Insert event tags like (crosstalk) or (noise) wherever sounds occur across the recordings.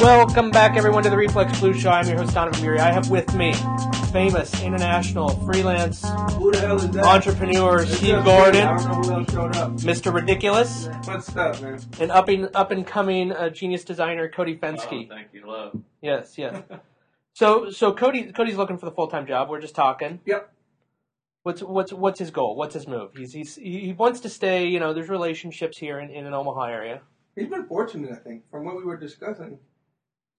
Welcome back, everyone, to the Reflex Blue Show. I'm your host, Donovan Murray. I have with me famous international freelance Who the hell is that? entrepreneur It's Steve just me. I Gordon, don't know who else showed up. Mr. Ridiculous, What's up, man? and up and up and coming uh, genius designer Cody Fensky. Oh, thank you, love. Yes, (laughs) yes. So, so Cody, Cody's looking for the full time job. We're just talking. Yep. What's what's what's his goal? What's his move? He's he's he wants to stay. You know, there's relationships here in, in an Omaha area. He's been fortunate, I think, from what we were discussing.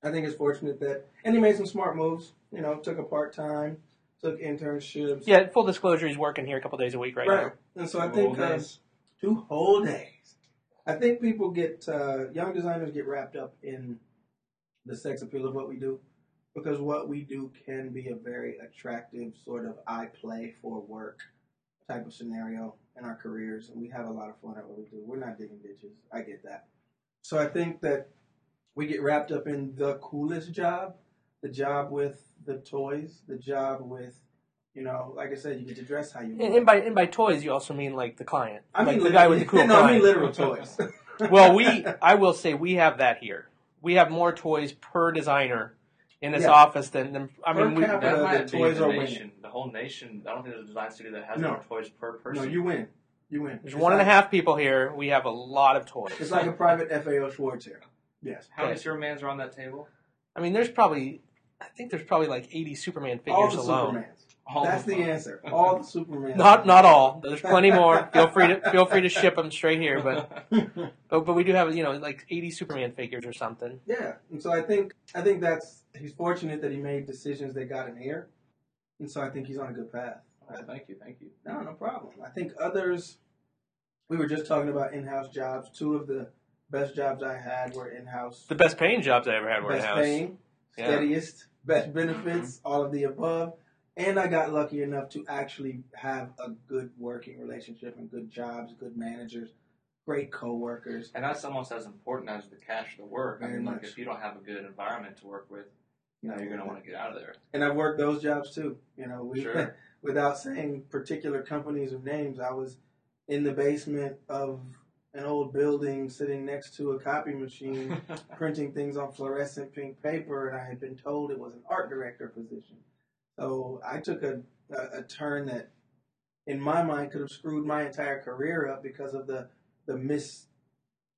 I think it's fortunate that, and he made some smart moves. You know, took a part time, took internships. Yeah, full disclosure, he's working here a couple days a week right, right. now. And so I Two think whole uh, days. two whole days. I think people get uh, young designers get wrapped up in the sex appeal of what we do because what we do can be a very attractive sort of I play for work type of scenario in our careers, and we have a lot of fun at what we do. We're not digging ditches. I get that. So I think that we get wrapped up in the coolest job, the job with the toys, the job with, you know, like I said, you get to dress how you And, and by and by toys, you also mean like the client. I mean, Like, the guy with (laughs) literally- the cool No, I mean client. literal toys. (laughs) well, we I will say we have that here. We have more toys per designer in this Yeah. office than, than I Per mean we capita. That the might be toys the are nation. The whole nation. I don't think there's a design studio that has No. more toys per (laughs) person. no, you win. You win. there's one and a half people here. We have a lot of toys. It's like a private FAO Schwartz here. Yes. How many Supermans are on that table? I mean, there's probably I think there's probably like 80 Superman All figures the alone. Supermans. All That's of the them. answer. All the Supermans. Not not all. There's plenty more. Feel free to feel free to ship them straight here, but (laughs) but, but we do have you know like 80 Superman figures or something. (laughs) yeah, and so I think I think that's he's fortunate that he made decisions that got him here, and so I think he's on a good path. Oh, thank you, thank you. No, no problem. I think others. We were just talking about in-house jobs. Two of the best jobs I had were in-house. The best paying jobs I ever had were in best house. paying, Yeah. steadiest, best benefits, all of the above. And I got lucky enough to actually have a good working relationship and good jobs, good managers, great coworkers. And that's almost as important as the cash to work. I Very mean, like much. if you don't have a good environment to work with, you know, you're going to want to get out of there. And I've worked those jobs too. You know, we Sure. (laughs) without saying particular companies or names, I was in the basement of an old building sitting next to a copy machine (laughs) printing things on fluorescent pink paper, and I had been told it was an art director position. So I took a, a, a turn that, in my mind, could have screwed my entire career up because of the the mis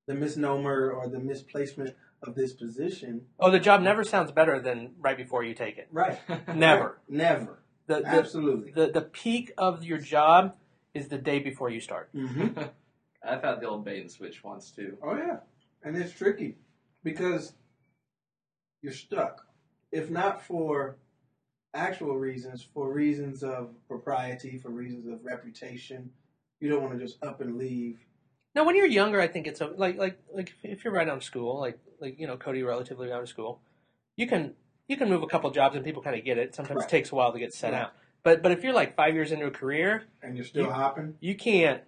the misnomer or the misplacement of this position. Oh, the job never sounds better than right before you take it. Right. Never. Never. The the, Absolutely. the the peak of your job is the day before you start. hmm (laughs) I've had the old bait and switch once too. Oh yeah, and it's tricky because you're stuck. If not for actual reasons, for reasons of propriety, for reasons of reputation, you don't want to just up and leave. Now, when you're younger, I think it's a, like like like if- if you're right out of school, like like you know, Cody, relatively out of school, you can you can move a couple jobs and people kind of get it. Sometimes Right. it takes a while to get set Right. out. But but if you're like five years into a career, And you're still You- hopping. you can't.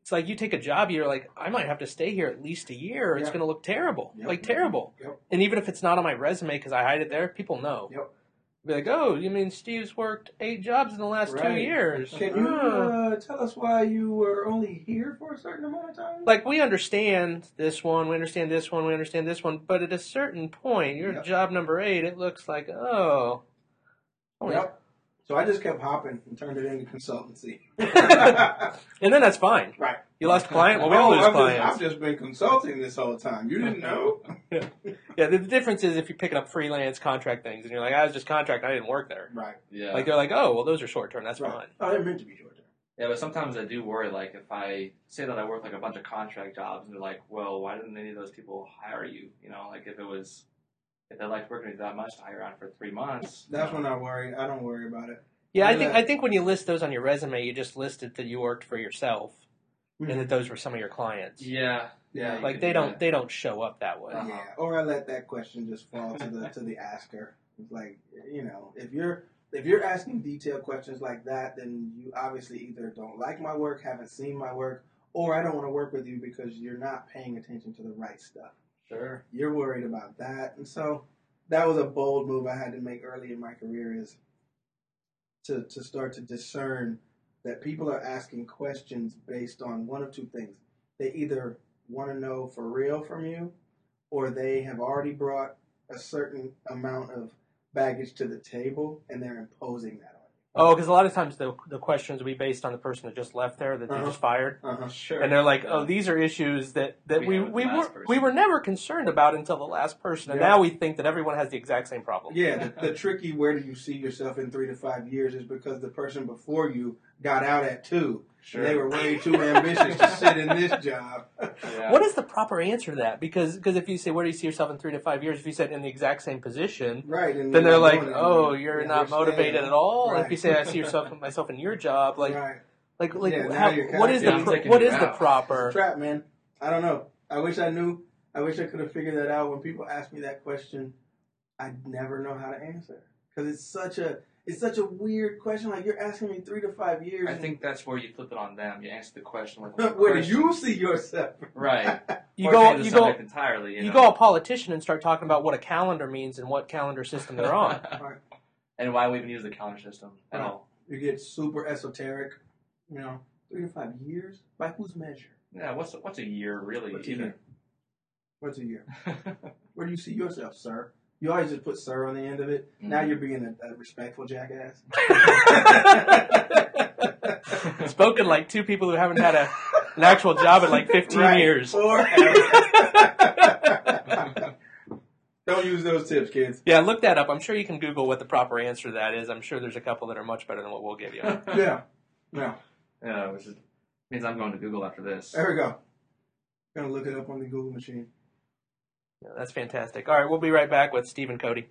It's like you take a job, you're like, I might have to stay here at least a year. It's Yeah. going to look terrible, Yep. like terrible. Yep. And even if it's not on my resume because I hide it there, people know. Yep. Be like, oh, you mean Steve's worked eight jobs in the last two Right. years? Can you Huh. uh, tell us why you were only here for a certain amount of time? like we understand this one, we understand this one, we understand this one, but at a certain point, you're Yep. job number eight. It looks like oh, oh, yeah. Yep. So I just kept hopping and turned it into (laughs) consultancy. and then that's fine. Right. You lost a client. Well, we (laughs) all Oh, lose I've just, clients. I've just been consulting this whole time. You didn't know? Yeah, the, the difference is if you're picking up freelance contract things, and you're like, I was just contract, I didn't work there. Right. Yeah. Like they're like, oh, well, those are short term. That's Right. fine. Oh, they're meant to be short term. Yeah, but sometimes I do worry, like, if I say that I work, like, a bunch of contract jobs, and they're like, well, why didn't any of those people hire you? You know, like, if it was, if they liked working with you that much to hire on for three months. That's you when know. I worry. I don't worry about it. Yeah, I Yeah. think I think when you list those on your resume, you just listed that you worked for yourself, Mhm. and that those were some of your clients. Yeah. Yeah. you Like could they do don't that. they don't show up that way. Uh-huh. Yeah. Or I let that question just fall to the to the asker. It's like you know, if you're if you're asking detailed questions like that, then you obviously either don't like my work, haven't seen my work, or I don't want to work with you because you're not paying attention to the right stuff. Sure. You're worried about that, and so that was a bold move I had to make early in my career is to to start to discern that people are asking questions based on one of two things. They either want to know for real from you, or they have already brought a certain amount of baggage to the table and they're imposing that Oh, because a lot of times the the questions will be based on the person that just left there that Uh-huh. they just fired, on you. Uh-huh. Sure. and they're like, "Oh, these are issues that that we We had with we, the were last person. we were never concerned about until the last person, and Yeah. now we think that everyone has the exact same problem." Yeah, the, the tricky where do you see yourself in three to five years is because the person before you got out at two. sure. They were way too ambitious to sit in this job. Yeah. What is the proper answer to that? Because because if you say where do you see yourself in three to five years, if you said in the exact same position, Right. And then they're you're like, doing it. "Oh, you're Yeah, not staying. motivated at all." And if Right. you say I see yourself myself in your job, like Right. like like Yeah, now how, you're what is the kinda pro- taking what you is the out. It's a proper? trap, man. I don't know. I wish I knew. I wish I could have figured that out. When people ask me that question, I never know how to answer because it's such a it's such a weird question. Like you're asking me three to five years. I and- think that's where you flip it on them. You answer the question with a (laughs) Where do question. you see yourself? (laughs) Right. (laughs) You or go change the you go subject entirely. You, you know? go (laughs) a politician and start talking about what a calendar means and what calendar system they're (laughs) on. and why we even use the calendar system at Right. all? You get super esoteric. You know, three to five years by whose measure? Yeah. What's what's a year really? What's a even? year? What's a year? (laughs) Where do you see yourself, sir? You always just put "sir" on the end of it. Now Mm-hmm. you're being a, a (laughs) respectful jackass. (laughs) (laughs) Spoken like two people who haven't had a, an actual job in like 15 Right. years. (laughs) Forever. (laughs) Don't use those tips, kids. Yeah, look that up. I'm sure you can Google what the proper answer to that is. I'm sure there's a couple that are much better than what we'll give (laughs) you. Yeah. No. Yeah, which is, means I'm going to Google after this. There we go. Gonna look it up on the Google machine. Yeah, that's fantastic. All right, we'll be right back with Steve and Cody.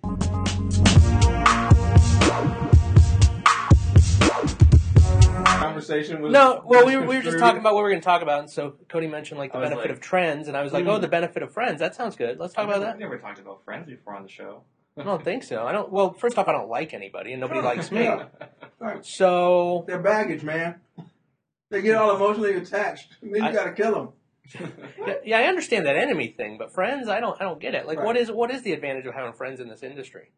Conversation was No, well, we were, we were just (laughs) misconstrued. talking about what we are going to talk about, and so Cody mentioned like the I was benefit like- "Hmm." of trends, and I was like, Mm. oh, the benefit of friends. That sounds good. Let's talk about that. We never talked about friends before on the show. I don't think so. I don't. Well, first off, I don't like anybody, and nobody (laughs) likes me. Yeah. So Their baggage, man. They get all emotionally attached. Then you I- gotta kill them. Yeah, yeah, I understand that enemy thing, but friends, I don't, I don't get it. Like, Right. what is, what is the advantage of having friends in this industry?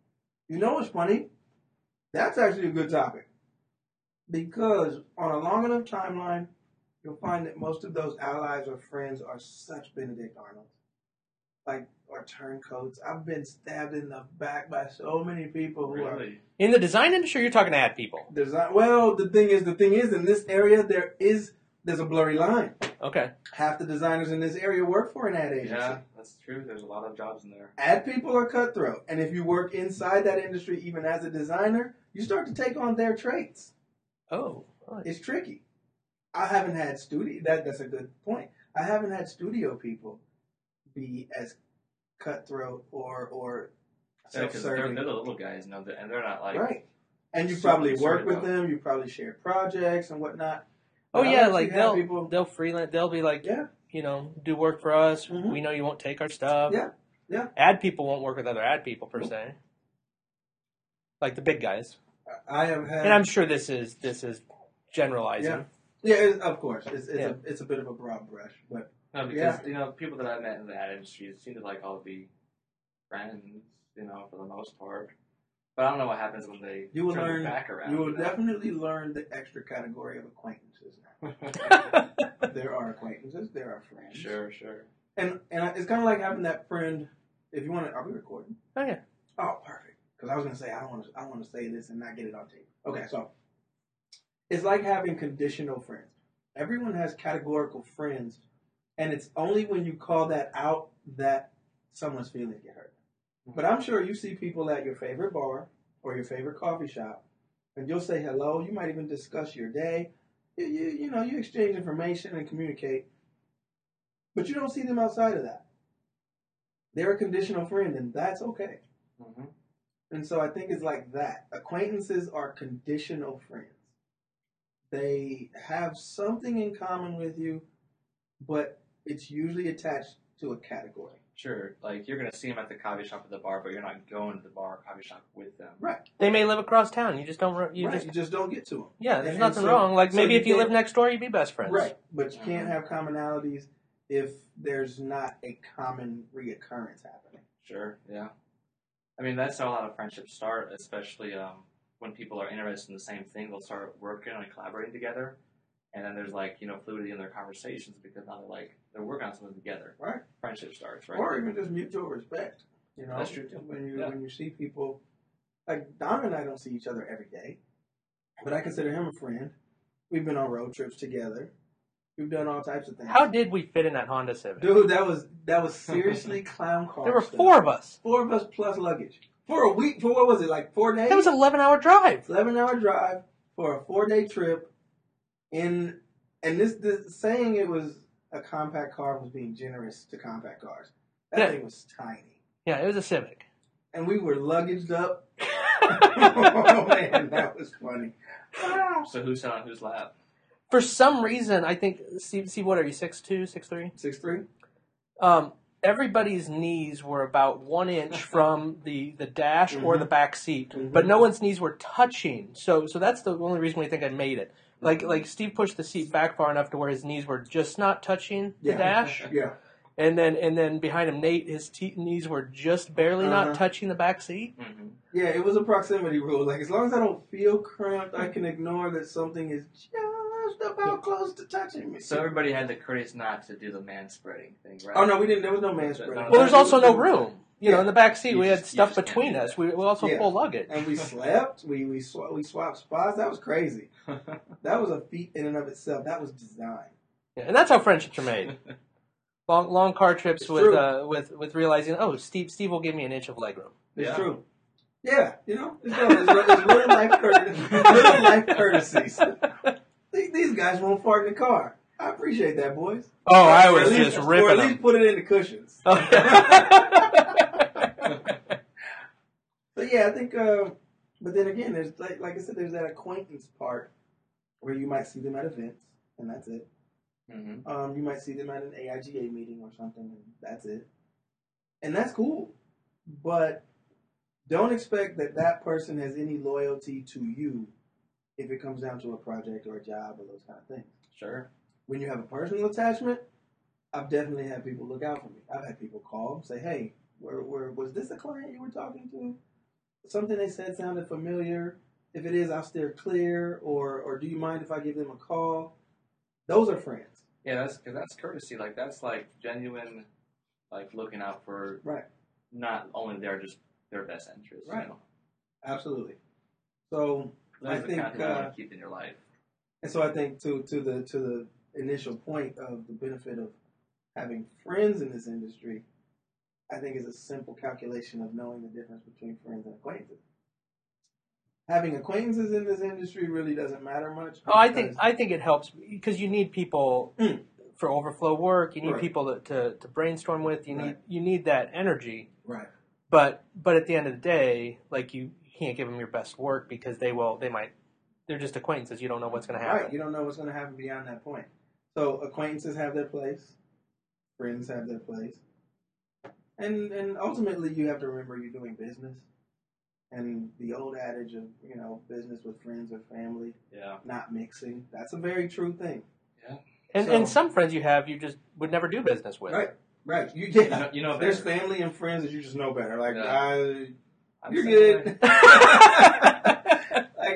You know what's funny? That's actually a good topic. Because on a long enough timeline, you'll find that most of those allies or friends are such Benedict Arnold. Like, or turncoats. I've been stabbed in the back by so many people who are Really? In the design industry, you're talking to ad people. design. Well, the thing is, the thing is, in this area, there is, there's a blurry line. Okay, Half the designers in this area work for an ad agency. Yeah, that's true. There's a lot of jobs in there. ad people are cutthroat. And if you work inside that industry, even as a designer, you start to take on their traits. oh, all right. it's tricky. I haven't had studio. That that's a good point. I haven't had studio people be as cutthroat or or Yeah, 'cause they're, self-serving, they're the little guys, no, and they're not like right? And you super probably work concerned with about- them. You probably share projects and whatnot. oh But I yeah, actually like had they'll, people. they'll freelance, they'll be like, Yeah. you know, do work for us. Mhm. We know you won't take our stuff. Yeah, yeah. Mm-hmm. Ad people won't work with other ad people per se. Like the big guys, I have had. and I'm sure this is this is generalizing. yeah, yeah. It, of course, it's it's, Yeah. a, it's a bit of a broad brush, but No, because Yeah. you know people that I met in the ad industry seem to like all be friends, you know, for the most part. But I don't know what happens when they You will turn their learn- back around. you will to that. definitely (laughs) learn the extra category of acquaintances. there are acquaintances. There are friends. (laughs) sure, sure. And and I- it's kind of like having that friend. If you want to, are we recording? Oh, yeah. Oh, perfect. Because I was gonna say I don't want to. I want to say this and not get it on tape. Okay, so it's like having conditional friends. Everyone has categorical friends, and it's only when you call that out that someone's feelings get hurt. But I'm sure you see people at your favorite bar or your favorite coffee shop, and you'll say hello. You might even discuss your day. You you, you know you exchange information and communicate, but you don't see them outside of that. They're a conditional friend, and that's okay. Mm-hmm. hmm And so I think it's like that. Acquaintances are conditional friends. They have something in common with you, but it's usually attached to a category. Sure. Like you're gonna see them at the coffee shop or the bar, but you're not going to the bar or coffee shop with them. (laughs) They may live across town. You just don't. re- You right? just you just don't get to them. yeah. There's And- and nothing so- wrong. Like so maybe you if you can't- live next door, you'd be best friends. Right. But you Mm-hmm. can't have commonalities if there's not a common reoccurrence happening. Sure. Yeah. I mean, that's how a lot of friendships start, especially um, when people are interested in the same thing. They'll start working and collaborating together, and then there's like you know fluidity in their conversations because now they're like they're working on something together. Right. Friendship starts. Right. or even just mutual respect. You know, That's true, too. when you Yeah. when you see people like Don and I don't see each other every day, but I consider him a friend. We've been on road trips together. We've done all types of things. How did we fit in that Honda Civic? dude? That was that (laughs) was seriously clown car. there were stuff. four of us. four of us plus luggage for a week. For what was it like four days? That was an 11 hour drive. eleven hour drive for a four day trip. In and this this saying it was a compact car was being generous to compact cars. That Yeah. thing was tiny. Yeah, it was a (laughs) Civic. (laughs) and we were luggaged up. oh man, that was funny. So who sat on whose lap? For some reason, I think, see, see what are you, 6'2, 6'3? Six three. Um, everybody's knees were about one (laughs) inch from the, the dash or the back seat, Mhm. but no one's knees were touching. So, so that's the only reason we think I made it. Mm-hmm. Like, like Steve pushed the seat back far enough to where his knees were just not touching the Yeah. dash. Yeah. And then, and then behind him, Nate, his te- knees were just barely Uh-huh. not touching the back seat. (laughs) Mm-hmm. Yeah, it was a proximity rule. Like as long as I don't feel cramped, I can ignore that something is just about close to touching me. So everybody had the courteous not to do the man spreading thing, right? oh no, we didn't. There was no man spreading. Well, there's also no (laughs) room. You know, Yeah. in the back seat, You we had just- you stuff just can't between do that. us. We, we also Yeah. full luggage. And we slept. We we sw- we swapped spots. That was crazy. That was a feat in and of itself. That was design. Yeah, and that's how friendships are (laughs) made. Long, long car trips It's with, true. uh, with, with realizing, oh, Steve, Steve will give me an inch of legroom. It's Yeah. true. Yeah, you know, (laughs) it's, no, it's, real- it's (laughs) real life courtesies. Real life courtesies. Oh, These, these guys won't fart in the car. I appreciate that, boys. Oh, I Or was at least- just Or at ripping least them. put it in the cushions. But yeah, I think. Uh, but then again, there's like, like I said, there's that acquaintance part where you might see them at events, and that's it. hmm Um, you might see them at an AIGA meeting or something, and that's it. And that's cool, but don't expect that that person has any loyalty to you if it comes down to a project or a job or those kind of things. Sure. When you have a personal attachment, I've definitely had people look out for me. I've had people call and say, "Hey, where, where was this a client you were talking to? Something they said sounded familiar. If it is, I'll steer clear. Or, or do you mind if I give them a call? Those are friends, Yeah, that's because that's courtesy. Like that's like genuine, like looking out for Right. Not only their just their best interest. Right. You know? absolutely. So Those I are the think, kind of people you uh, want to keep in your life. And so I think to to the to the initial point of the benefit of having friends in this industry, I think is a simple calculation of knowing the difference between friends and acquaintances. Having acquaintances in this industry really doesn't matter much. (laughs) Oh, I think because- I think it helps because you need people Mm. for overflow work. You need Right. people to, to, to brainstorm with. You need Right. you need that energy. right. But but at the end of the day, like you can't give them your best work because they will they might they're just acquaintances. You don't know what's going to happen. Right. You don't know what's going to happen beyond that point. So acquaintances have their place, friends have their place, and and ultimately you have to remember you're doing business. And the old adage of you know business with friends or family Yeah. not mixing. That's a very true thing. And So- and some friends you have you just would never do business with. Right. Right. You You know, yeah. you know There's better. family and friends that you just know better. Like Yeah. I, I'm you're similar. (laughs) good. like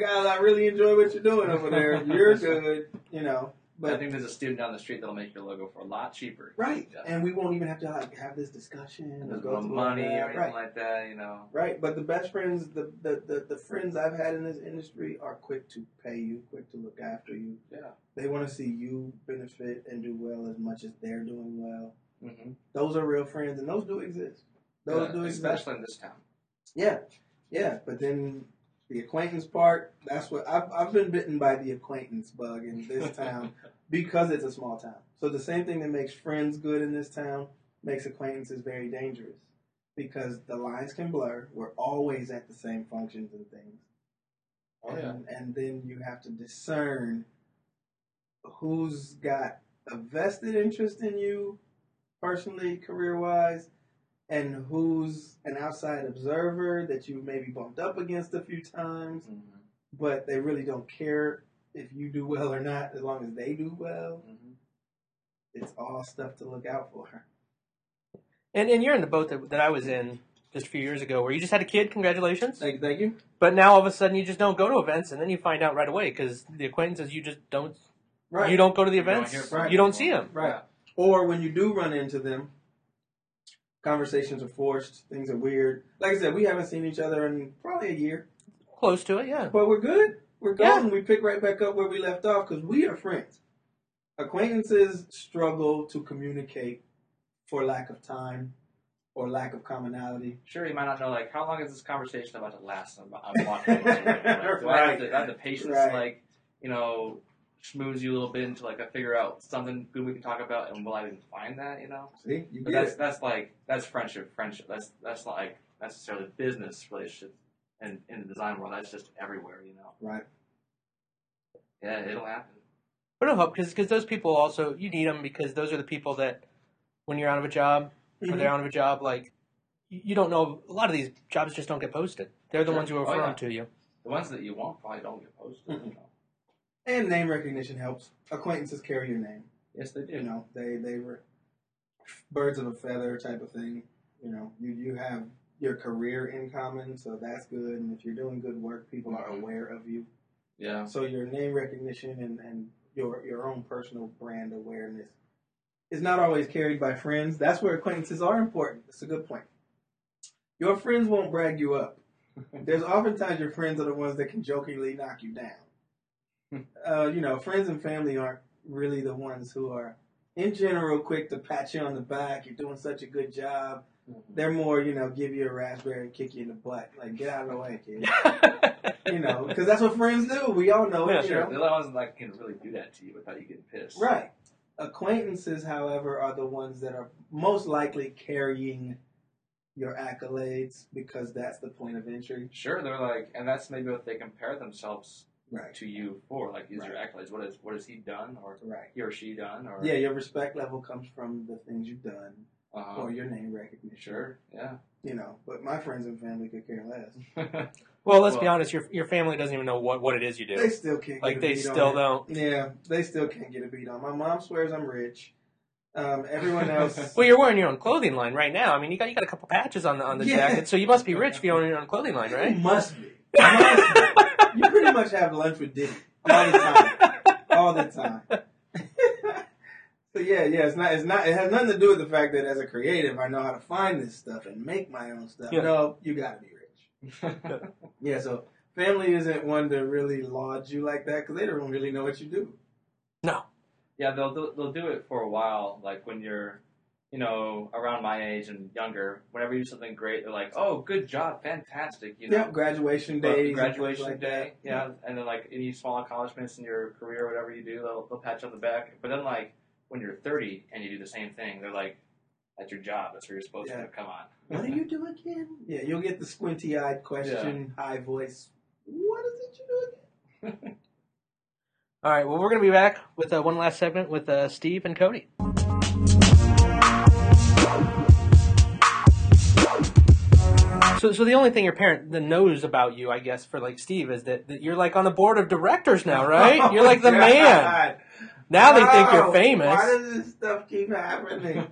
I, I really enjoy what you're doing over (laughs) there. You're good. You know. I But think there's a student down the street that'll make your logo for a lot cheaper. right, Yeah. and we won't even have to like have this discussion. Or There's go no through all money that. or anything Right. like that. You know. Right, but the best friends, the, the, the, the friends I've had in this industry are quick to pay you, quick to look after you. Yeah. They want to see you benefit and do well as much as they're doing well. Mm-hmm. Those are real friends, and those do exist. Those do exist. especially in this town. Yeah, yeah. But then the acquaintance part—that's what I've, I've been bitten by the acquaintance bug in (laughs) this town because it's a small town. So the same thing that makes friends good in this town makes acquaintances very dangerous because the lines can blur. We're always at the same functions and things, Oh yeah. and, and then you have to discern who's got a vested interest in you personally, career wise, and who's an outside observer that you maybe bumped up against a few times, Mm-hmm. but they really don't care if you do well or not as long as they do well. Mm-hmm. It's all stuff to look out for. (laughs) And and you're in the boat that, that I was in just a few years ago where you just had a kid, congratulations. Thank, thank you. But now all of a sudden you just don't go to events and then you find out right away because the acquaintances you just don't Right. You don't go to the You don't events. hear from You don't people. see them. Right. Or when you do run into them, conversations are forced, things are weird. Like I said, we haven't seen each other in probably a year, Close to it, yeah. but we're good. We're Yeah. golden. We pick right back up where we left off because we are friends. Acquaintances struggle to communicate for lack of time or lack of commonality. Sure, you might not know like how long is this conversation about to last. I'm, I'm walking. away right now. (laughs) Like, do I have the, I have the patience Right. to like you know schmooze you a little bit until like I figure out something good we can talk about, and will I even find that? You know, See, you but get that's it. that's like that's friendship, friendship. That's that's not like necessarily business relationship, and in the design world, that's just everywhere. You know, Right. yeah, it'll happen. But it'll help because those people also you need them because those are the people that when you're out of a job Mhm. Mm-hmm. or they're out of a job like you you don't know a lot of these jobs just don't get posted. They're the Sure. ones who Oh, refer yeah. them to you. The ones that you want probably don't get posted. You Mhm. know? And name recognition helps. Acquaintances carry your name. Yes, they do. you know they they were birds of a feather type of thing you know you you have your career in common so that's good and if you're doing good work people are aware of you Yeah, so your name recognition and and your your own personal brand awareness is not always carried by friends that's where acquaintances are important that's a good point your friends won't brag you up there's oftentimes your friends are the ones that can jokingly knock you down. uh, you know, friends and family aren't really the ones who are, in general, quick to pat you on the back. You're doing such a good job. They're more, you know, give you a raspberry and kick you in the butt. Like, get out of the way, kid. (laughs) You know, because that's what friends do. We all know Yeah, it. you sure. know? The ones that like, can really do that to you without you getting pissed. Right. Acquaintances, however, are the ones that are most likely carrying your accolades because that's the point of entry. Sure, they're like, and that's maybe what they compare themselves Right. to you for. Like, these are accolades. What is what has he done, or Right. he or she done, or Yeah, your respect level comes from the things you've done Um, uh, or your name recognition. sure, yeah. (laughs) You know, but my friends and family could care less. Well, let's be Well- honest. Your your family doesn't even know what, what it is you do. They still can't like get a they beat still on it. don't. Yeah, they still can't get a beat on. My mom swears I'm rich. Um, (laughs) everyone else. (laughs) Well, you're wearing your own clothing line right now. I mean, you got you got a couple patches on the on the Yeah. jacket, so you must be rich if you own your own clothing line, (laughs) You right? must be. Must be. you pretty much have lunch with Diddy all the time. All the time. (laughs) so yeah, yeah, it's not it's not it has nothing to do with the fact that as a creative I know how to find this stuff and make my own stuff. Yeah. No, you gotta be rich. Yeah, so family isn't one to really laud you like that because they don't really know what you do. yeah, they'll do- they'll do it for a while. Like when you're, you know, around my age and younger. Whenever you do something great, they're like, "Oh, good job, fantastic!" You know, Yep, graduation But days, and graduation things like day, that. yeah, and then like any small accomplishments in your career, whatever you do, they'll, they'll pat you on the back. But then like when you're 30 and you do the same thing, they're like, "That's your job. That's where you're supposed Yeah. to. Come on." What do you do again? Yeah, you'll get the squinty-eyed question, high voice. What is it you do again? All right. Well, we're gonna be back with uh, one last segment with uh, Steve and Cody. So, so the only thing your parent then knows about you, I guess, for like Steve, is that, that you're like on the board of directors now, (laughs) Oh, right? You're like the God. man. Now they think you're Wow, famous. Why does this stuff keep happening?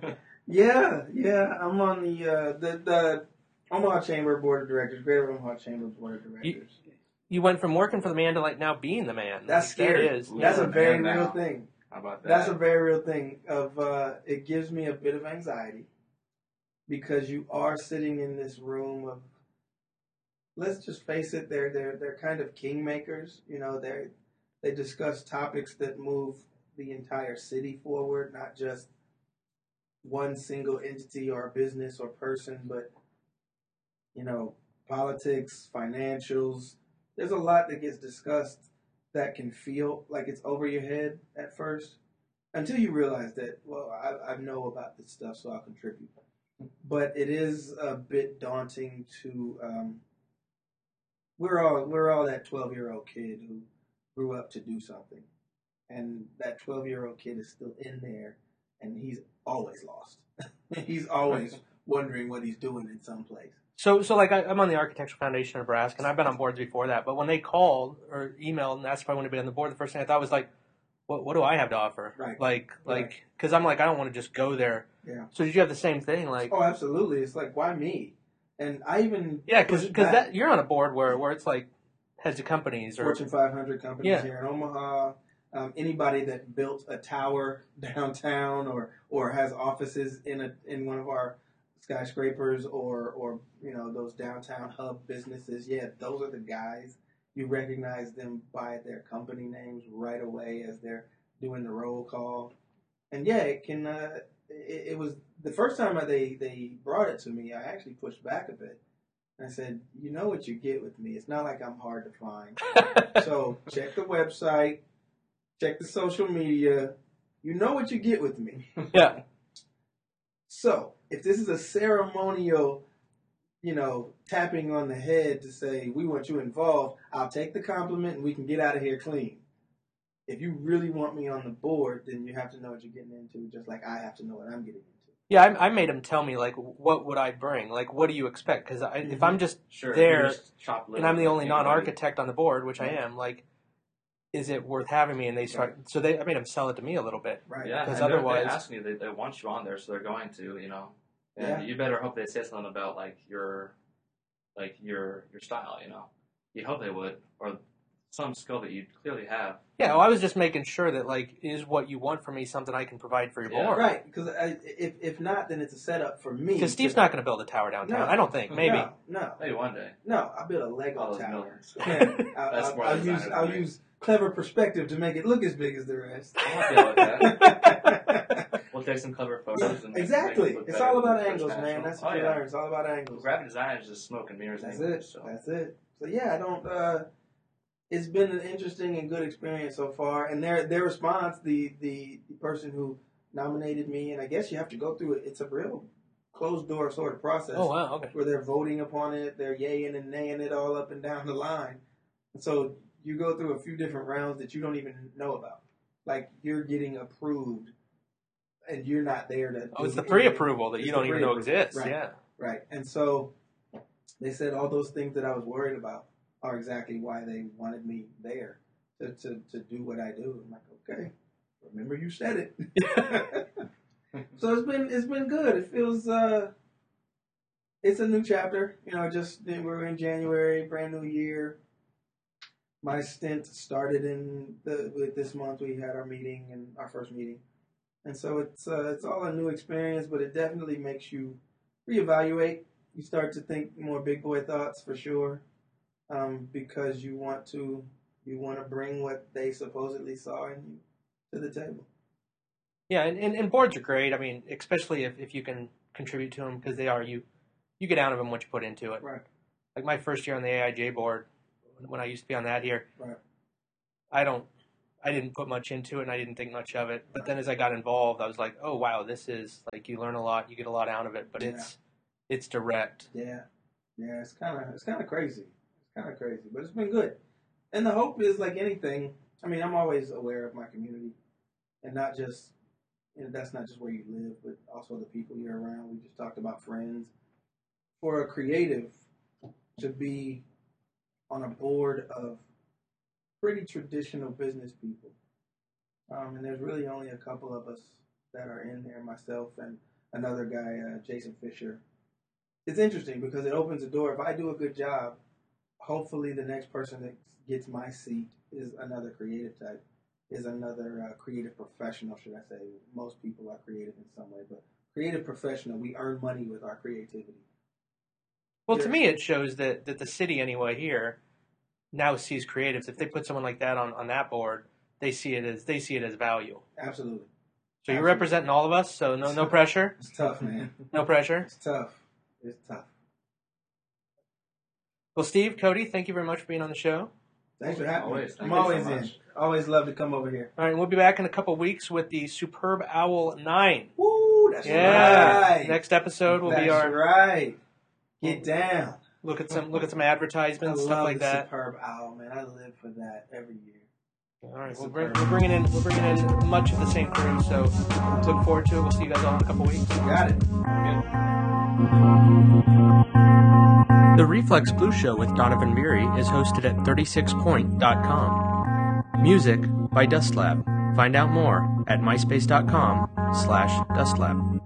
yeah, yeah, I'm on the uh, the the Omaha Chamber Board of Directors, Greater Omaha Chamber Board of Directors. You- You went from working for the man to like now being the man. That's Like, that scary. is. That's Yeah, a very man, real now. thing. (laughs) How about that? That's a very real thing. Of uh, it gives me a bit of anxiety because you are sitting in this room of. Let's just face it; they're they're they're kind of kingmakers. You know, they they discuss topics that move the entire city forward, not just one single entity or business or person, but you know, politics, financials. There's a lot that gets discussed that can feel like it's over your head at first until you realize that well I, I know about this stuff so i'll contribute but it is a bit daunting to um, we're all we're all that 12 year old kid who grew up to do something and that 12 year old kid is still in there and he's always lost (laughs) he's always wondering what he's doing in some place So, so like I, I'm on the Architectural Foundation of Nebraska, and I've been on boards before that. But when they called or emailed and asked if I wanted to be on the board, the first thing I thought was like, "What, what do I have to offer?" Right. Like, Right. like, because I'm like, I don't want to just go there. Yeah. So did you have the same thing? Like, oh absolutely it's like why me and i even yeah, because pushed back. that you're on a board where where it's like heads of companies or Fortune 500 companies Yeah. here in Omaha. um, anybody that built a tower (laughs) downtown or or has offices in a in one of our skyscrapers or or you know those downtown hub businesses. Yeah, those are the guys. You recognize them by their company names right away as they're doing the roll call. And yeah, it can. Uh, it, it was the first time I- they they brought it to me. I actually pushed back a bit. I said, you know what you get with me. It's not like I'm hard to find. so check the website, check the social media. You know what you get with me. (laughs) Yeah. So if this is a ceremonial, you know, tapping on the head to say we want you involved, I'll take the compliment and we can get out of here clean. If you really want me on the board, then you have to know what you're getting into, just like I have to know what I'm getting into. Yeah, I, I made him tell me like what would I bring? Like what do you expect? Because if Mm-hmm. I'm just Sure. There, you just chop liver and I'm the from only anybody. non-architect on the board, which I Right. am, like, is it worth having me? And they start so they I made him sell it to me a little bit. Right. Yeah, 'Cause and they're- otherwise- they're asking you, they, they want you on there, so they're going to, you know. And Yeah. you better hope they say something about like your, like your your style, you know. You hope they would, or some skill that you clearly have. Yeah, well, I was just making sure that like is what you want from me something I can provide for your Yeah. board. Right. Because if, if not, then it's a setup for me. Because Steve's to- not going to build a tower downtown. No. I don't think. Maybe. No, no, Maybe one day. no. I built a Lego All those tower. millions. (laughs) Yeah, I, That's I, more I'll designer use than I'll me. use clever perspective to make it look as big as the rest. I'm okay with (laughs) that. We'll take some clever photos. And make- make exactly. it look It's better all than about the first angles, man. national. That's oh, what you yeah. learn. It's all about angles. Graphic design is just smoke and mirrors. That's anyway, it. So. That's it. So yeah, I don't. Uh, it's been an interesting and good experience so far. And their their response, the the the person who nominated me, and I guess you have to go through it. It's a real closed door sort of process. Oh wow. Okay. (laughs) where they're voting upon it, they're yaying and naying it all up and down the line. And so you go through a few different rounds that you don't even know about. Like you're getting approved and you're not there to Oh, it's do the anything. pre-approval that It's you the don't even know pre-approval, exists. right. Yeah. Right. And so they said all those things that I was worried about are exactly why they wanted me there to, to, to do what I do. I'm like, okay, remember you said it. (laughs) so it's been it's been good. It feels uh it's a new chapter. You know, just we're in January, brand new year. My stint started in the with this month. We had our meeting and our first meeting, and so it's uh, it's all a new experience, but it definitely makes you reevaluate. You start to think more big boy thoughts for sure, um, because you want to you want to bring what they supposedly saw in you to the table. Yeah, and, and, and boards are great. I mean, especially if, if you can contribute to them because they are you. You get out of them what you put into it. Right. Like my first year on the AIJ board, when I used to be on that here, Right. I don't, I didn't put much into it and I didn't think much of it. But then as I got involved, I was like, oh wow, this is like you learn a lot, you get a lot out of it, but Yeah. it's it's direct. Yeah, yeah, it's kind of it's kind of crazy. It's kind of crazy, but it's been good. And the hope is like anything. I mean, I'm always aware of my community, and not just you know, that's not just where you live, but also the people you're around. We just talked about friends. For a creative to be on a board of pretty traditional business people, um, and there's really only a couple of us that are in there. Myself and another guy, uh, Jason Fisher, it's interesting because it opens the door. If I do a good job, hopefully the next person that gets my seat is another creative type, is another uh, creative professional, should I say? Most people are creative in some way, but creative professional, we earn money with our creativity. Well, to Yeah. me, it shows that, that the city anyway here now sees creatives. If they put someone like that on, on that board, they see it as they see it as value. Absolutely, So you're Absolutely. representing all of us. So no no pressure, it's tough, man. (laughs) no pressure. It's tough. It's tough. Well, Steve, Cody, thank you very much for being on the show. Thanks for having Always. me. I'm Thank you so always in. much. Always love to come over here. All right, and we'll be back in a couple weeks with the Superb Owl Nine. Woo, that's Yeah, right. next episode will that's be our right. Get down. look at some look at some I advertisements love stuff like the that. superb owl, man. I live for that every year. All right, the we're, bring, Superb. we're bringing in we're bringing in much of the same crew, so look forward to it. We'll see you guys all in a couple weeks. Got it. The Reflex Blue Show with Donovan Beery is hosted at 36point.com. Music by Dustlab. Find out more at myspace.com slash dustlab.